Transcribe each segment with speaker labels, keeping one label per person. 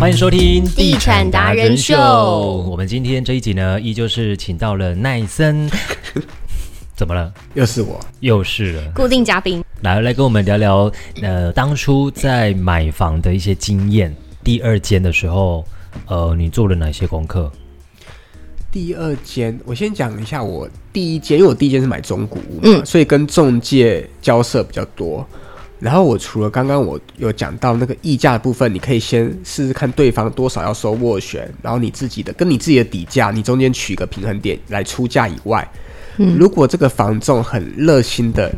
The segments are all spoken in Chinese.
Speaker 1: 欢迎收听《
Speaker 2: 地产达人秀
Speaker 1: 我们今天这一集呢，依旧是请到了奈 森，怎么了？
Speaker 3: 又是我，
Speaker 1: 又是了，
Speaker 2: 固定嘉宾，
Speaker 1: 来来跟我们聊聊，呃，当初在买房的一些经验。第二间的时候，呃，你做了哪些功课？
Speaker 3: 第二间，我先讲一下我第一间，因为我第一间是买中古屋嘛，
Speaker 2: 嗯
Speaker 3: 所以跟中介交涉比较多。然后我除了刚刚我有讲到那个议价的部分，你可以先试试看对方多少要收斡旋，然后你自己的跟你自己的底价，你中间取一个平衡点来出价以外，如果这个房仲很热心的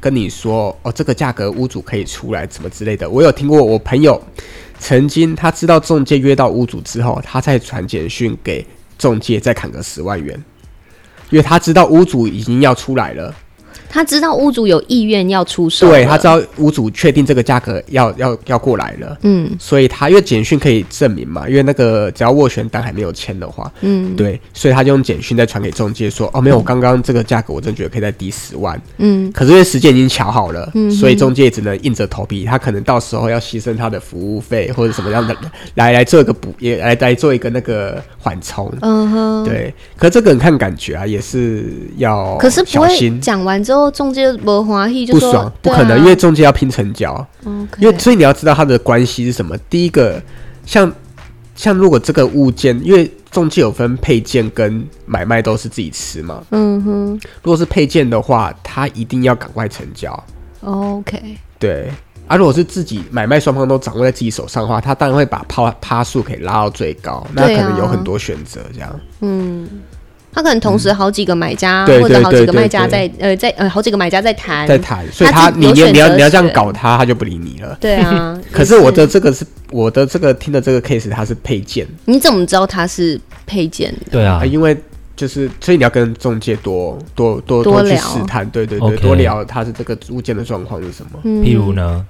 Speaker 3: 跟你说哦，这个价格屋主可以出来，怎么之类的，我有听过我朋友曾经他知道中介约到屋主之后，他再传简讯给中介再砍个十万元，因为他知道屋主已经要出来了，
Speaker 2: 他知道屋主有意愿要出售，
Speaker 3: 对他知，道屋主确定这个价格要要要过来了。
Speaker 2: 嗯
Speaker 3: 所以他因为简讯可以证明嘛，因为那个只要斡旋单还没有签的话，
Speaker 2: 嗯
Speaker 3: 对，所以他就用简讯再传给中介说，哦，没有，我刚刚这个价格我真觉得可以再低十万，
Speaker 2: 嗯，
Speaker 3: 可是因为时间已经瞧好了，所以中介只能硬着头皮，他可能到时候要牺牲他的服务费或者什么样的来来做一个补，也来来做一个那个缓冲。
Speaker 2: 嗯哼，
Speaker 3: 对，可这个很看感觉啊，也是要
Speaker 2: 可是不
Speaker 3: 小
Speaker 2: 会
Speaker 3: 心
Speaker 2: 讲完之后，中介没欢喜，就
Speaker 3: 不
Speaker 2: 说啊哦
Speaker 3: 爽，不可能，因为中介要拼成交，因为所以你要知道他的关系是什么。第一个，像像如果这个物件，因为中介有分配件跟买卖都是自己吃嘛，
Speaker 2: 嗯哼
Speaker 3: 如果是配件的话，他一定要赶快成交。
Speaker 2: 哦，OK，
Speaker 3: 对，啊，如果是自己买卖双方都掌握在自己手上的话，他当然会把趴趴数可以拉到最高，那
Speaker 2: 对啊
Speaker 3: 可能有很多选择这样。
Speaker 2: 嗯。他可能同时好几个买家、
Speaker 3: 嗯对
Speaker 2: 或者
Speaker 3: 对
Speaker 2: 好几
Speaker 3: 对
Speaker 2: 个
Speaker 3: 对
Speaker 2: 卖家
Speaker 3: 对
Speaker 2: 在呃在呃好几个买家在谈，
Speaker 3: 在谈，所以
Speaker 2: 他
Speaker 3: 他
Speaker 2: 自己
Speaker 3: 你
Speaker 2: 有
Speaker 3: 你你
Speaker 2: 选
Speaker 3: 要
Speaker 2: 择
Speaker 3: 你要这样
Speaker 2: 权
Speaker 3: 搞他，他就不理你了。。
Speaker 2: 对啊
Speaker 3: 可是我的这个是我的这个听的这个 case，它是配件
Speaker 2: 也是你怎么知道他是配件的？
Speaker 1: 对啊
Speaker 3: 啊，，因为就是所以你要跟中介多多多
Speaker 2: 多
Speaker 3: 去
Speaker 2: 聊
Speaker 3: 试探，对对对，
Speaker 1: OK
Speaker 3: 多聊它是这个物件的状况是什么。
Speaker 2: 嗯
Speaker 1: 譬如呢，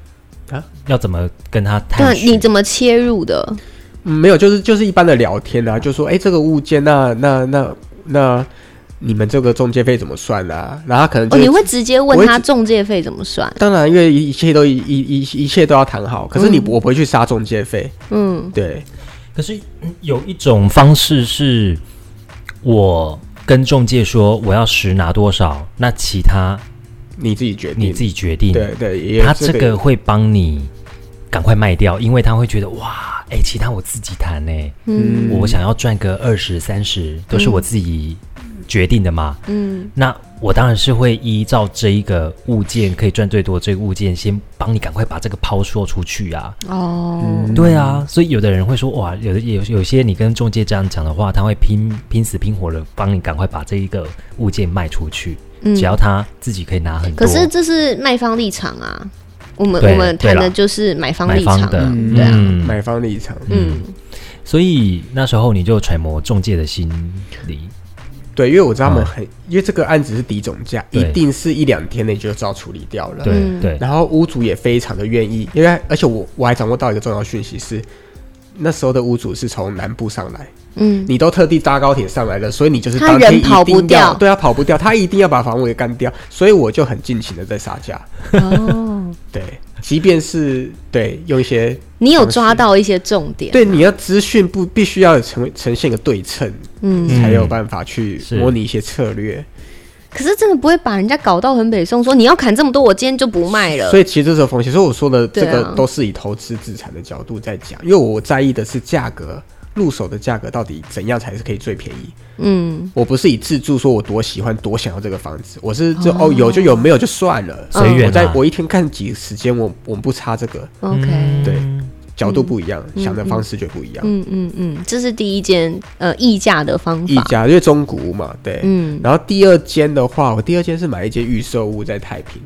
Speaker 3: 啊
Speaker 1: 要怎么跟他
Speaker 2: 对啊，
Speaker 1: 探
Speaker 2: 你
Speaker 1: 寻？
Speaker 2: 怎么切入的？哦
Speaker 3: 嗯，没有，就是就是一般的聊天啊，就说哎、诶这个物件那那那那你们这个中介费怎么算啊？然后他可能就
Speaker 2: 哦，
Speaker 3: 会
Speaker 2: 你会直接问
Speaker 3: 我
Speaker 2: 他
Speaker 3: 会
Speaker 2: 中介费怎么算？
Speaker 3: 当然，因为一切都一一一一切都要谈好，可是你、我不会去杀中介费，
Speaker 2: 嗯，
Speaker 3: 对，
Speaker 1: 可是嗯有一种方式是，我跟中介说我要实拿多少，那其他
Speaker 3: 你自己决定，
Speaker 1: 你自己决定。
Speaker 3: 对对，也有
Speaker 1: 他这
Speaker 3: 这
Speaker 1: 个会帮你赶快卖掉，因为他会觉得哇，哎、其他我自己谈呢、
Speaker 3: 嗯，
Speaker 1: 我想要赚个二十三十，都是我自己决定的嘛。
Speaker 2: 嗯，
Speaker 1: 那我当然是会依照这一个物件可以赚最多，这个物件先帮你赶快把这个抛售出去啊。
Speaker 2: 哦，
Speaker 3: 嗯
Speaker 1: 对啊，所以有的人会说哇，有的有有些你跟中介这样讲的话，他会拼拼死拼活的帮你赶快把这一个物件卖出去，
Speaker 2: 嗯
Speaker 1: 只要他自己可以拿很多。
Speaker 2: 可是这是卖方立场啊，我们
Speaker 1: 对
Speaker 2: 我们
Speaker 1: 对
Speaker 2: 谈的
Speaker 1: 啦
Speaker 2: 就是买方
Speaker 1: 买
Speaker 2: 立场
Speaker 1: 方的
Speaker 2: 啊，
Speaker 3: 嗯
Speaker 2: 对啊，
Speaker 1: 嗯
Speaker 3: 买方立场，
Speaker 2: 嗯
Speaker 1: 所以那时候你就揣摩中介的心理，
Speaker 3: 对，因为我知道他们
Speaker 1: 嗯
Speaker 2: 哎
Speaker 3: 很，因为这个案子是低总价，
Speaker 1: 对
Speaker 3: 一定是一两天内就知道处理掉了，
Speaker 1: 对、
Speaker 2: 嗯
Speaker 1: 对，
Speaker 3: 然后屋主也非常的愿意，因为而且我我还掌握到一个重要讯息是，那时候的屋主是从南部上来，
Speaker 2: 嗯，
Speaker 3: 你都特地搭高铁上来了，所以你就是
Speaker 2: 他
Speaker 3: 当天
Speaker 2: 人
Speaker 3: 一定
Speaker 2: 跑不
Speaker 3: 要
Speaker 2: 掉
Speaker 3: 对啊，跑不掉，他一定要把房屋给干掉，所以我就很尽情的在杀价，
Speaker 2: 哦，
Speaker 3: 对，即便是对用一些
Speaker 2: 你有抓到一些重点，
Speaker 3: 对你要资讯不必须要呈呈现一个对称，
Speaker 2: 嗯，
Speaker 3: 才有办法去
Speaker 1: 是
Speaker 3: 模拟一些策略，
Speaker 2: 可是真的不会把人家搞到很北宋，说你要砍这么多，我今天就不卖了
Speaker 3: 所，以其实这是有风险，所以我说的这
Speaker 2: 呃对
Speaker 3: 个
Speaker 2: 啊
Speaker 3: 都是以投资资产的角度在讲，因为我在意的是价格。入手的价格到底怎样才是可以最便宜？
Speaker 2: 嗯，
Speaker 3: 我不是以自住说我多喜欢多想要这个房子，我是就哦有就有，没有就算了。
Speaker 1: 随缘、啊。
Speaker 3: 我在我一天看几个时间，我我们不差这个
Speaker 2: OK，
Speaker 3: 对角度不一样，想的方式就不一样。
Speaker 2: 嗯嗯嗯，这是第一间呃议价的方
Speaker 3: 一
Speaker 2: 法，
Speaker 3: 家因为中古屋嘛，对。
Speaker 2: 嗯
Speaker 3: 然后第二间的话，我第二间是买一间预售屋在太平，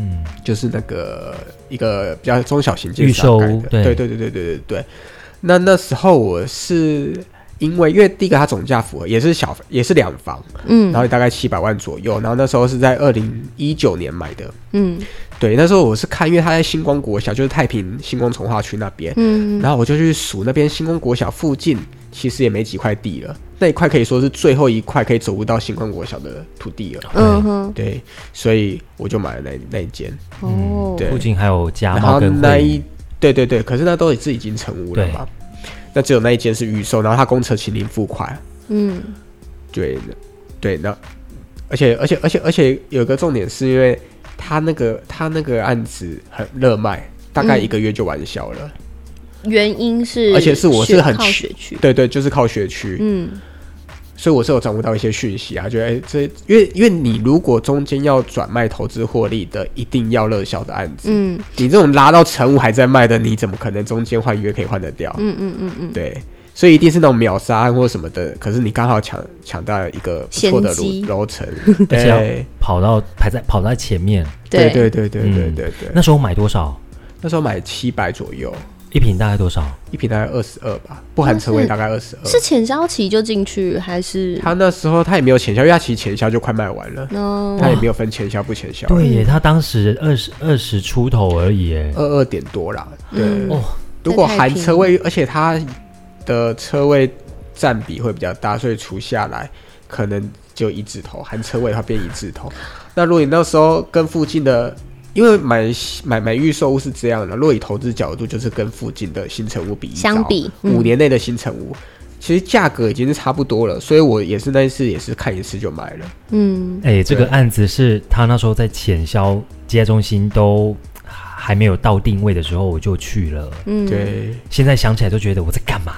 Speaker 1: 嗯，
Speaker 3: 就是那个一个比较中小型建
Speaker 1: 预售
Speaker 3: 商
Speaker 1: 屋
Speaker 3: 盖的，
Speaker 1: 对
Speaker 3: 对对对对对对对。那那时候我是因为因为第一个它总价符合，也是小也是两房，然
Speaker 2: 嗯
Speaker 3: 后大概七百万左右，然后那时候是在二零一九年买的，
Speaker 2: 嗯
Speaker 3: 对，那时候我是看，因为它在星光国小，就是太平星光从化区那边，
Speaker 2: 嗯，
Speaker 3: 然后我就去数那边星光国小附近，其实也没几块地了，那一块可以说是最后一块可以走入到星光国小的土地了。
Speaker 2: 嗯哼，
Speaker 3: 对，所以我就买了那那一间，
Speaker 2: 哦，
Speaker 3: 对
Speaker 1: 嗯附近还有家
Speaker 3: 然
Speaker 1: 猫
Speaker 3: 后
Speaker 1: 跟
Speaker 3: 那
Speaker 1: 会
Speaker 3: 一对对对，可是那都是已经成屋了嘛，那只有那一间是预售，然后他公车请您付款。
Speaker 2: 嗯，
Speaker 3: 对，对，那而且而且而且而且有一个重点是因为他那个他那个案子很热卖，大概一个月就完销了。
Speaker 2: 原因是，
Speaker 3: 而且是我是很
Speaker 2: 靠
Speaker 3: 去
Speaker 2: 学区，
Speaker 3: 对对，就是靠学区。
Speaker 2: 嗯
Speaker 3: 所以我是有掌握到一些讯息啊，觉得哎、这因为因为你如果中间要转卖投资获利的，一定要热销的案子，
Speaker 2: 嗯
Speaker 3: 你这种拉到成五还在卖的，你怎么可能中间换约可以换得掉？
Speaker 2: 嗯嗯嗯嗯，
Speaker 3: 对，所以一定是那种秒杀案或什么的，可是你刚好抢抢到一个不错的
Speaker 2: 先机
Speaker 3: 楼楼层，
Speaker 1: 而且要
Speaker 3: 对
Speaker 1: 跑到排在跑在前面。
Speaker 3: 对对对对对对对。
Speaker 2: 嗯
Speaker 1: 那时候买多少？
Speaker 3: 那时候买七百左右，
Speaker 1: 一瓶大概多少？
Speaker 3: 一瓶大概二十二吧，不含车位大概二十
Speaker 2: 是
Speaker 3: 二。
Speaker 2: 浅销期就进去还是？
Speaker 3: 他那时候他也没有前销，因为他其实前销就快卖完了，
Speaker 2: 嗯，
Speaker 3: 他也没有分前销不前销。
Speaker 1: 对耶，他当时二十二十出头而已耶。
Speaker 3: 二二点多啦。对，
Speaker 2: 嗯
Speaker 1: 哦，
Speaker 3: 如果
Speaker 2: 那太
Speaker 3: 含
Speaker 2: 便宜
Speaker 3: 车位，而且它的车位占比会比较大，所以除下来可能就一字头，含车位它变一字头。那如果你那时候跟附近的，因为买买买预售屋是这样的，若以投资角度，就是跟附近的新城屋比一
Speaker 2: 相
Speaker 3: 招
Speaker 2: 比嗯
Speaker 3: 五年内的新城屋。其实价格已经是差不多了，所以我也是那一次也是看一次就买了。
Speaker 2: 嗯，
Speaker 1: 哎，这个
Speaker 3: 对
Speaker 1: 案子是他那时候在浅销接待中心都还没有到定位的时候，我就去了。
Speaker 2: 嗯，
Speaker 3: 对，
Speaker 1: 现在想起来都觉得我在干嘛？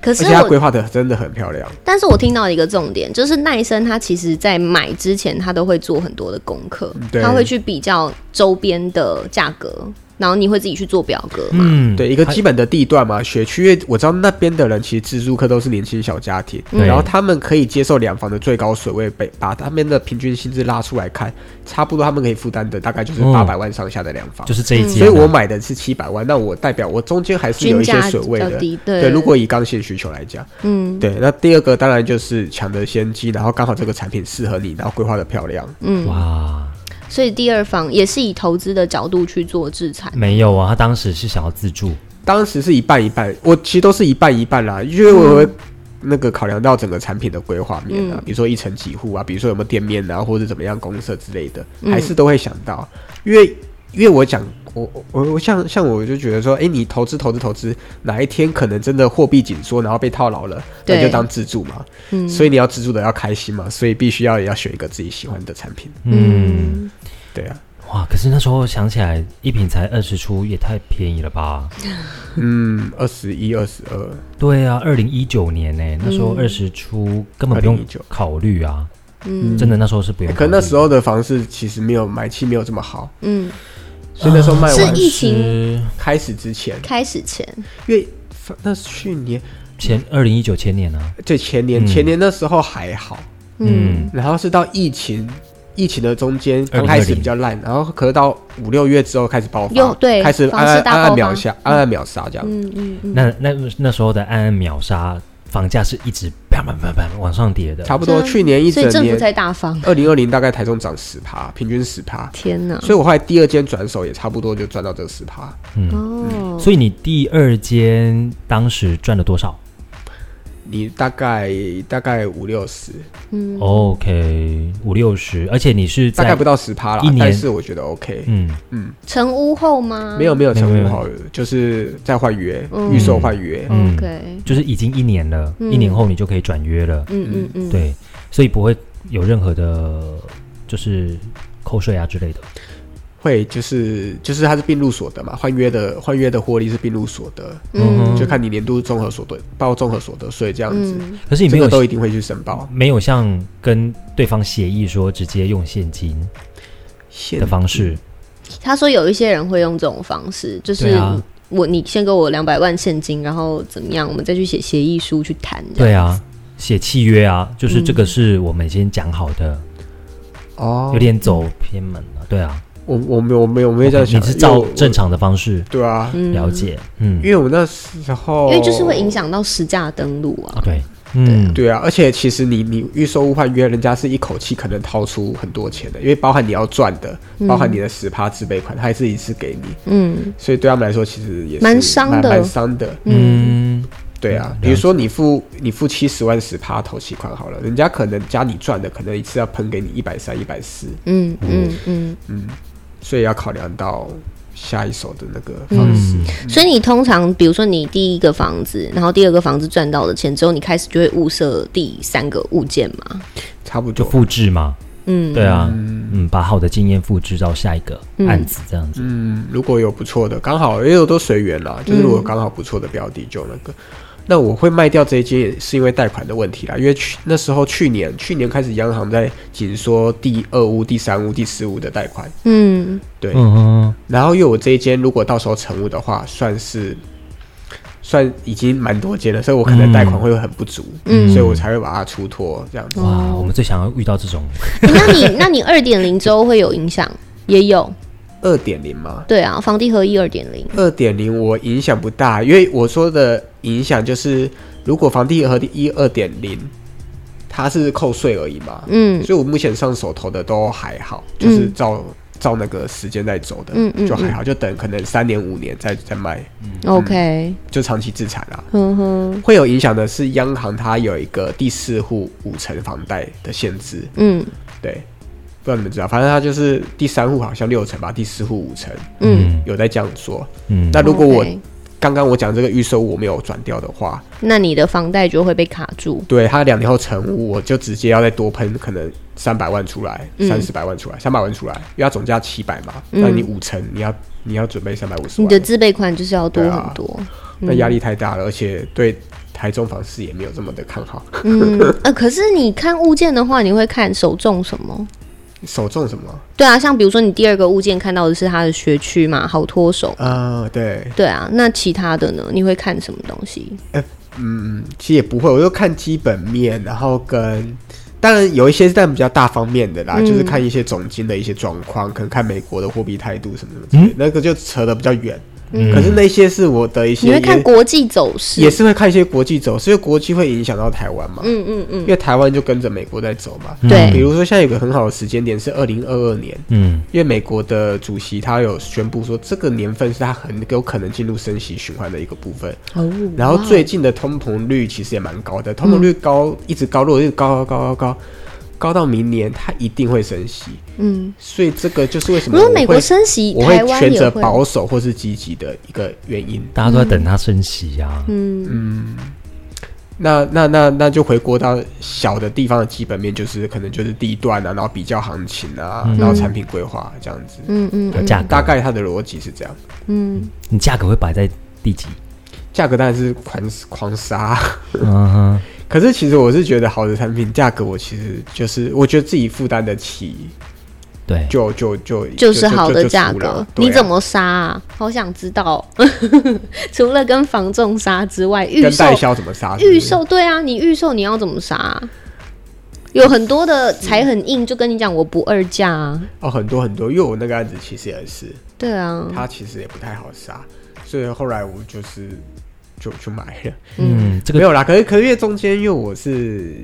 Speaker 2: 可
Speaker 3: 而
Speaker 2: 是
Speaker 3: 且它
Speaker 2: 我
Speaker 3: 规划的真的很漂亮。
Speaker 2: 但是我听到一个重点，就是奈生他其实在买之前，他都会做很多的功课，
Speaker 3: 嗯对
Speaker 2: 他会去比较周边的价格，然后你会自己去做表格嘛？
Speaker 1: 嗯，
Speaker 3: 对，一个
Speaker 1: 还
Speaker 3: 基本的地段嘛，学区，因为我知道那边的人其实自住客都是年轻小家庭，
Speaker 1: 对
Speaker 3: 然后他们可以接受两房的最高水位，被把他们的平均薪资拉出来看，差不多他们可以负担的大概就是
Speaker 1: 嗯
Speaker 3: 八百万上下的两房。
Speaker 1: 就是这一间
Speaker 3: 嗯所以
Speaker 1: 啊。
Speaker 3: 我买的是七百万，那我代表我中间还是
Speaker 2: 均
Speaker 3: 有一些
Speaker 2: 价
Speaker 3: 水
Speaker 2: 比
Speaker 3: 位
Speaker 2: 较
Speaker 3: 的。
Speaker 2: 低，对
Speaker 3: 对，如果以刚性需求来讲，
Speaker 2: 嗯
Speaker 3: 对，那第二个当然就是抢得先机，然后刚好这个产品适合你，然后规划的漂亮。
Speaker 2: 嗯，
Speaker 1: 哇，
Speaker 2: 所以第二房也是以投资的角度去做制裁，
Speaker 1: 没有啊，他当时是想要自住。
Speaker 3: 当时是一半一半，我其实都是一半一半啦，因为我会那个考量到整个产品的规划面啊，
Speaker 2: 嗯
Speaker 3: 比如说一层几户啊，比如说有没有店面啊，或者怎么样公社之类的，
Speaker 2: 嗯
Speaker 3: 还是都会想到，因为因为我讲我我我像像我就觉得说，哎、你投资投资投资，哪一天可能真的货币紧缩，然后被套牢了，那
Speaker 2: 对
Speaker 3: 你就当自住嘛，
Speaker 2: 嗯，
Speaker 3: 所以你要自住的要开心嘛，所以必须要也要选一个自己喜欢的产品，
Speaker 1: 嗯，
Speaker 3: 对啊，
Speaker 1: 哇！可是那时候想起来，一瓶才二十出，也太便宜了吧？
Speaker 3: 嗯，二十一二十二，
Speaker 1: 对啊，二零一九年呢、那时
Speaker 3: 嗯
Speaker 1: 候二十出根本不用
Speaker 3: 2019
Speaker 1: 考虑啊，
Speaker 2: 嗯
Speaker 1: 真的那时候是不用考虑。
Speaker 3: 哎可那时候的房市其实没有买气没有这么好。
Speaker 2: 嗯，
Speaker 3: 所以那时候卖
Speaker 2: 是
Speaker 3: 完
Speaker 2: 疫情
Speaker 3: 开始之前，
Speaker 2: 开始前，
Speaker 3: 因为那是去年，
Speaker 1: 前二零一九前年啊，
Speaker 3: 对前年、
Speaker 1: 嗯
Speaker 3: 前年那时候还好，
Speaker 1: 嗯
Speaker 2: 嗯，
Speaker 3: 然后是到疫情。疫情的中间
Speaker 1: 哎
Speaker 3: 刚开始比较烂，然后可是到五六月之后开始爆发，
Speaker 2: 又对
Speaker 3: 开始暗
Speaker 2: 房
Speaker 3: 暗
Speaker 2: 市大
Speaker 3: 暗
Speaker 2: 爆
Speaker 3: 暗
Speaker 2: 发
Speaker 3: 秒杀，暗暗秒杀这样。
Speaker 2: 嗯嗯嗯，
Speaker 1: 那那那时候的暗暗秒杀，房价是一直啪啪啪啪往上叠的。
Speaker 3: 差不多
Speaker 2: 这样
Speaker 3: 去年嗯一
Speaker 2: 啊所以
Speaker 3: 整
Speaker 2: 政府
Speaker 3: 年，
Speaker 2: 才大方，
Speaker 3: 二零二零大概台中涨十趴，平均十趴，
Speaker 2: 天哪，
Speaker 3: 所以我后来第二间转手也差不多就赚到这十趴，
Speaker 1: 嗯，
Speaker 2: 哦，
Speaker 1: 所以你第二间当时赚了多少
Speaker 3: 你大概大概五六十，
Speaker 2: 嗯，
Speaker 3: 哦
Speaker 1: ？OK，五六十，而且你是
Speaker 3: 大
Speaker 1: 在
Speaker 3: 概不到十趴啦
Speaker 1: 一，年
Speaker 3: 但是我觉得 OK，
Speaker 1: 嗯，
Speaker 2: 成屋后吗？
Speaker 3: 没有没有
Speaker 1: 没有
Speaker 3: 成
Speaker 1: 没
Speaker 3: 功
Speaker 1: 有
Speaker 3: 好，就是在换约，
Speaker 2: 嗯
Speaker 3: 预售换约，
Speaker 1: 嗯
Speaker 2: ，OK，
Speaker 1: 就是已经一年了，
Speaker 2: 嗯
Speaker 1: 一年后你就可以转约了。
Speaker 2: 嗯嗯嗯，，
Speaker 1: 对，所以不会有任何的，就是扣税啊之类的。
Speaker 3: 会就是就是它是并入所得嘛，换约的换约的获利是并入所得，
Speaker 1: 嗯
Speaker 3: 就看你年度综合所得报综合所得税这样子，
Speaker 2: 嗯
Speaker 1: 可是你没
Speaker 3: 这
Speaker 1: 有
Speaker 3: 个都一定会去申报。
Speaker 1: 没有像跟对方协议说直接用现金
Speaker 3: 现
Speaker 1: 的方
Speaker 3: 嗯
Speaker 1: 式，
Speaker 2: 他说有一些人会用这种方式，就是
Speaker 1: 对啊
Speaker 2: 我你先给我两百万现金，然后怎么样，我们再去写协议书去谈。这
Speaker 1: 对
Speaker 2: 样，
Speaker 1: 啊，写契约啊，就是这个是我们先讲好的，
Speaker 3: 哦
Speaker 1: 有，点走偏门了。对啊，
Speaker 3: 我我没有我没有我没有这样想，
Speaker 1: 你是
Speaker 3: 因为
Speaker 1: 照
Speaker 3: 我
Speaker 1: 正常的方式
Speaker 3: 对啊，
Speaker 2: 嗯
Speaker 1: 了，解，嗯
Speaker 3: 因，为我那时候
Speaker 2: 因为就是会影。响到实价登录
Speaker 1: 啊
Speaker 2: 啊。
Speaker 1: 对，嗯，
Speaker 3: 对啊，而且其实你你预售物换约，人家是一口气可能掏出很多钱的，因为包含你要赚的，包含你的十趴自备款，他还是一次给你，
Speaker 2: 嗯
Speaker 3: 所以对他们来说其实也是
Speaker 2: 蛮伤的
Speaker 3: 蛮蛮伤的。
Speaker 1: 嗯，
Speaker 3: 对
Speaker 1: 嗯
Speaker 3: 啊
Speaker 1: 了，
Speaker 3: 比如说你付你付七十万十趴投期款好了，人家可能加你赚的，可能一
Speaker 2: 嗯
Speaker 3: 次要喷给你一百三、一百四，
Speaker 2: 嗯嗯嗯，
Speaker 3: 所以要考量到下一手的那个
Speaker 2: 嗯
Speaker 3: 方式。
Speaker 1: 嗯
Speaker 2: 所以你通常，比如说你第一个房子，然后第二个房子赚到的钱之后，你开始就会物色第三个物件嘛？
Speaker 3: 差不
Speaker 1: 就
Speaker 3: 多。
Speaker 1: 复制嘛，
Speaker 2: 嗯，
Speaker 1: 对啊，嗯，把好的经验复制到下一个案子这样子，
Speaker 3: 嗯，如果有不错的，刚好也有都随缘
Speaker 2: 嗯
Speaker 3: 啦。就是如果刚好不错的标的，就那个。那我会卖掉这一间，也是因为贷款的问题啦。因为去那时候去年去年开始，央行在紧缩第二屋、第三屋、第四屋的贷款。
Speaker 2: 嗯，
Speaker 3: 对，
Speaker 1: 嗯嗯
Speaker 3: 然后因为我这一间如果到时候成屋的话，算是算已经蛮多间了，所以我可能贷款会很不足，
Speaker 2: 嗯
Speaker 3: 所以我才会把它出脱这样子。
Speaker 1: 嗯，哇，我们最想要遇到这种，
Speaker 2: 那你 那你二点零之后会有影响？也有，
Speaker 3: 二点零吗？
Speaker 2: 对啊，房地合一二点零，
Speaker 3: 二点零我影响不大，因为我说的影响就是，如果房地合一二点零，它是扣税而已嘛，
Speaker 2: 嗯
Speaker 3: 所以我目前上手头的都还好，就是照、照那个时间在走的，
Speaker 2: 嗯嗯
Speaker 3: 就还好，就等可能三年五年再再卖，
Speaker 2: ，OK，
Speaker 3: 就长期自产啦、
Speaker 2: 哼哼，
Speaker 3: 会有影响的是，央行它有一个第四户五成房贷的限制，
Speaker 2: 嗯
Speaker 3: 对，不知道你们知道，反正它就是第三户好像六成吧，第四户五成，
Speaker 2: 嗯，
Speaker 3: 有在这样说。
Speaker 1: 嗯，
Speaker 3: 那如果我
Speaker 2: OK
Speaker 3: 刚刚我讲这个预售我没有转掉的话，
Speaker 2: 那你的房贷就会被卡住，
Speaker 3: 对它两年后成屋，我就直接要再多喷可能三百万出来，
Speaker 2: 嗯
Speaker 3: 三四百万出来，三百万出来，因为它总价七百嘛，那你五成你要你要准备三百五十
Speaker 2: 你
Speaker 3: 万
Speaker 2: 的，嗯自备款就是要多
Speaker 3: 对啊
Speaker 2: 很多。
Speaker 3: 那压力太大了，而且对台中房市也没有这么的看好。
Speaker 2: 嗯，呃，可是你看物件的话，你会看首重什么？
Speaker 3: 首重什么？
Speaker 2: 对啊，像比如说你第二个物件看到的是它的学区嘛，好脱手。
Speaker 3: 呃，对，
Speaker 2: 对啊，那其他的呢？你会看什么东西？
Speaker 3: 嗯，其实也不会，我就看基本面，然后跟当然有一些是但比较大方面的啦，
Speaker 2: 嗯
Speaker 3: 就是看一些总金的一些状况，可能看美国的货币态度什么什么之类
Speaker 2: 嗯
Speaker 3: 的，那个就扯得比较远。可是那些是我的一些
Speaker 2: 你
Speaker 3: 也，
Speaker 2: 会看国际走势？
Speaker 3: 也是会看一些国际走势，因为国际会影响到台湾嘛，
Speaker 2: 嗯嗯嗯，
Speaker 3: 因为台湾就跟着美国在走嘛。
Speaker 2: 对
Speaker 3: 比如说现在有个很好的时间点是二零二二年，
Speaker 1: 嗯
Speaker 3: 因为美国的主席他有宣布说，这个年份是他很有可能进入升息循环的一个部分。
Speaker 2: 哦，
Speaker 3: 然后最近的通膨率其实也蛮高的，通膨率高一直高，如果一直高高高高高高到明年，它一定会升息。
Speaker 2: 嗯，
Speaker 3: 所以这个就是为什么
Speaker 2: 如果
Speaker 3: 我
Speaker 2: 美国
Speaker 3: 会
Speaker 2: 升息，
Speaker 3: 我
Speaker 2: 台
Speaker 3: 会
Speaker 2: 湾
Speaker 3: 选
Speaker 2: 也
Speaker 3: 择
Speaker 2: 会。
Speaker 3: 保守或是积极的一个原因。
Speaker 1: 大家都在等它升息啊，
Speaker 2: 嗯
Speaker 3: 那那那那就回国到小的地方的基本面，就是可能就是地段啊，然后比较行情啊，然后产品规划这样子。
Speaker 2: 嗯嗯
Speaker 1: 有价
Speaker 3: 大
Speaker 1: 格，
Speaker 3: 概它的逻辑是这样，
Speaker 2: 嗯，
Speaker 1: 你价格会摆在第几？
Speaker 3: 价格当然是狂狂杀。
Speaker 1: 嗯哼，
Speaker 3: 可是其实我是觉得好的产品价格，我其实就是我觉得自己负担得起，
Speaker 1: 对，
Speaker 3: 就就就
Speaker 2: 就是好的价
Speaker 3: 就出
Speaker 2: 格
Speaker 3: 了。对啊
Speaker 2: 你怎么杀啊？好想知道 哦。除了跟房仲杀之外，预
Speaker 3: 跟
Speaker 2: 售
Speaker 3: 代销怎么杀？
Speaker 2: 预售对啊，你预售你要怎么杀啊、有很多的才很硬，就跟你讲我不二价啊。
Speaker 3: 哦，很多很多，因为我那个案子其实也是，
Speaker 2: 对啊，
Speaker 3: 它其实也不太好杀，所以后来我就是就去买 了，
Speaker 1: 嗯，这
Speaker 3: 没
Speaker 1: 个
Speaker 3: 有啦。可是可是因为中间因为我是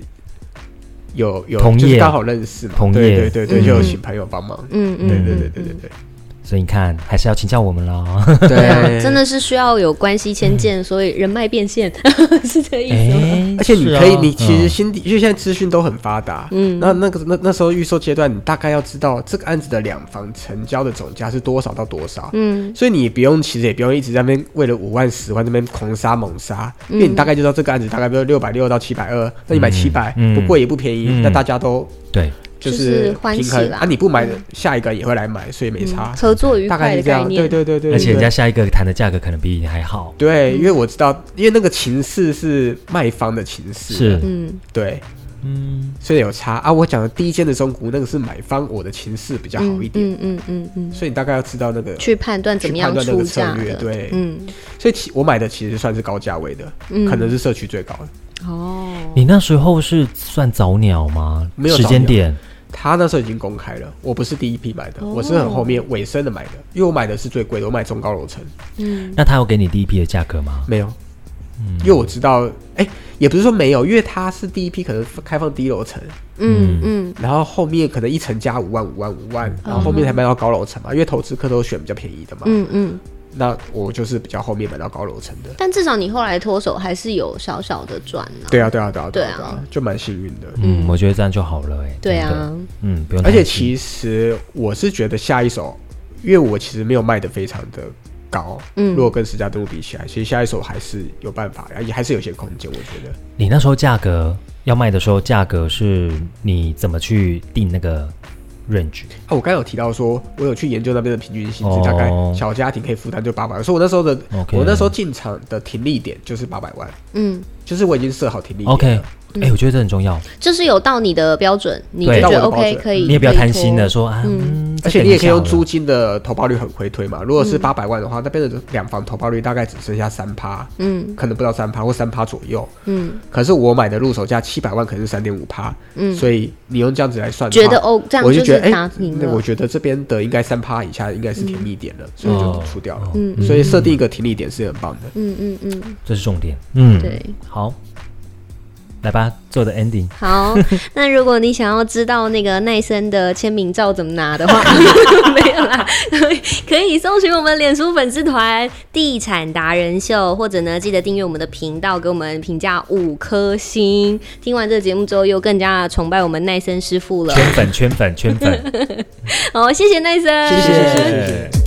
Speaker 3: 有有
Speaker 1: 同业
Speaker 3: 就是刚好认识嘛，
Speaker 1: 同
Speaker 3: 对
Speaker 1: 业
Speaker 3: 对对对，
Speaker 2: 嗯
Speaker 3: 就有请朋友帮忙，
Speaker 2: 嗯嗯，
Speaker 3: 对
Speaker 2: 嗯
Speaker 3: 对对对对对
Speaker 1: 所以你看还是要请教我们啦。
Speaker 3: 对
Speaker 2: 对啊， 真。的是需要有关系牵荐，所以人脉变现
Speaker 3: 嗯
Speaker 2: 是这个意思 吗？
Speaker 1: 哎
Speaker 3: 而且你
Speaker 1: 是啊
Speaker 3: 可以，你其实
Speaker 1: 嗯
Speaker 3: 心底，因为现在资讯都很发达，嗯，那那个那那时候预售阶段，你大概要知道这个案子的两房成交的总价是多少到多少，
Speaker 2: 嗯
Speaker 3: 所以你不用，其实也不用一直在那边为了五万、十万这边狂杀猛杀，
Speaker 2: 嗯
Speaker 3: 因为你大概就知道这个案子大概比如六百六到七百二，那你买七百、
Speaker 1: 嗯
Speaker 3: 不贵也不便宜，
Speaker 1: 嗯
Speaker 3: 那大家都
Speaker 1: 对，
Speaker 3: 就
Speaker 2: 就是
Speaker 3: 是
Speaker 2: 欢喜
Speaker 3: 平衡
Speaker 2: 啦嗯
Speaker 3: 啊。你不买的，下一个也会来买，所以没差，
Speaker 2: 合作愉
Speaker 3: 啊大
Speaker 2: 快
Speaker 3: 概
Speaker 2: 的
Speaker 3: 是
Speaker 2: 嗯
Speaker 3: 这
Speaker 2: 概
Speaker 3: 样。对
Speaker 2: 念，
Speaker 3: 对对对，
Speaker 1: 而且
Speaker 3: 对
Speaker 1: 人家下一个谈的价格可能比你还好，
Speaker 3: 对，因为我知道，因为那个情势是卖方的情势，
Speaker 1: 是，
Speaker 2: 嗯
Speaker 3: 对，
Speaker 1: 嗯，
Speaker 3: 所以有差啊。我讲的第一间的中古，那个是买方，我的情势比较好一点，
Speaker 2: 嗯嗯嗯嗯，
Speaker 3: 所以你大概要知道那个。
Speaker 2: 去判断怎么样
Speaker 3: 去判断
Speaker 2: 出
Speaker 3: 那个策
Speaker 2: 价
Speaker 3: 略
Speaker 2: 的，
Speaker 3: 对
Speaker 2: 嗯
Speaker 3: 所以其我买的其实算是高价位的，可能是社区最高的。
Speaker 2: 哦，
Speaker 1: 你那时候是算早鸟吗？
Speaker 3: 没有
Speaker 1: 时
Speaker 3: 早
Speaker 1: 间
Speaker 3: 鸟嗯
Speaker 1: 点，
Speaker 3: 他那时候已经公开了，我不是第一批买的，我是很后面尾声的买的，因为我买的是最贵的，我买中高楼层
Speaker 2: 嗯
Speaker 1: 那他有给你第一批的价格吗？
Speaker 3: 没有，因为我知道，哎、也不是说没有，因为他是第一批可能开放低楼层，
Speaker 2: 嗯嗯
Speaker 3: 然后后面可能一层加五万、五万、五万，然后后面才卖到高楼层嘛，因为投资客都选比较便宜的嘛，
Speaker 2: 嗯嗯，
Speaker 3: 那我就是比较后面买到高楼层的。
Speaker 2: 但至少你后来脱手还是有小小的赚啊。
Speaker 3: 对啊，对啊，对啊，
Speaker 2: 对
Speaker 3: 对
Speaker 2: 啊
Speaker 3: 啊，对啊就蛮幸运的。
Speaker 1: 嗯，我觉得这样就好了、哎，
Speaker 2: 对
Speaker 1: 真的
Speaker 2: 啊，
Speaker 1: 嗯，不用
Speaker 3: 而
Speaker 1: 担心，
Speaker 3: 且其实我是觉得下一手因为我其实没有卖的非常的高，
Speaker 2: 嗯
Speaker 3: 如果跟十家登录比起来，其实下一手还是有办法，而且还是有些空间，我觉得。
Speaker 1: 你那时候价格要卖的时候，价格是你怎么去定那个 range？
Speaker 3: 啊，我刚才有提到说，我有去研究那边的平均薪资，
Speaker 1: 哦
Speaker 3: 大概小家庭可以负担就八百万，所以我那时候的
Speaker 1: OK
Speaker 3: 我那时候进场的停利点就是八百万，
Speaker 2: 嗯，
Speaker 3: 就是我已经设好停利点
Speaker 1: OK，
Speaker 3: 了
Speaker 1: 哎、我觉得这很重要，
Speaker 2: 就是有到你的标准，你就
Speaker 1: 对
Speaker 2: 觉得
Speaker 3: 到我的标
Speaker 2: OK
Speaker 3: 准
Speaker 2: 可以，
Speaker 1: 你也不要
Speaker 2: 可以
Speaker 1: 贪心
Speaker 2: 拖
Speaker 1: 的说啊，嗯
Speaker 3: 而且你也可以用租
Speaker 1: 猪
Speaker 3: 金的投报率很回推嘛。如果是
Speaker 2: 嗯
Speaker 3: 八百万的话，那边的两房投报率大概只剩下三趴，
Speaker 2: 嗯
Speaker 3: 可能不到三趴或三趴左右。
Speaker 2: 嗯，
Speaker 3: 可是我买的入手价七百万，可能是三点五趴，
Speaker 2: 嗯
Speaker 3: 所以你用这样子来算的话，
Speaker 2: 觉得哦这样
Speaker 3: 我就
Speaker 2: 就
Speaker 3: 觉
Speaker 2: 是
Speaker 3: 得哎
Speaker 2: 打平
Speaker 3: 那
Speaker 2: 了
Speaker 3: 我觉得这边的应该三趴以下应该是甜蜜点了，所以就出掉了。
Speaker 2: 嗯
Speaker 3: 所以设定一个停利点是很棒的。
Speaker 2: 嗯嗯嗯，
Speaker 1: 这是重点，嗯，
Speaker 2: 对，
Speaker 1: 好，来吧，做的 ending，
Speaker 2: 好。那如果你想要知道那个奈森的签名照怎么拿的话， 没有啦，可以搜寻我们脸书粉丝团“地产达人秀”，或者呢，记得订阅我们的频道，给我们评价五颗星。听完这个节目之后，又更加崇拜我们奈森师傅了。
Speaker 1: 圈粉圈粉圈粉，
Speaker 2: 好，谢谢奈森，
Speaker 3: 谢谢谢谢谢谢。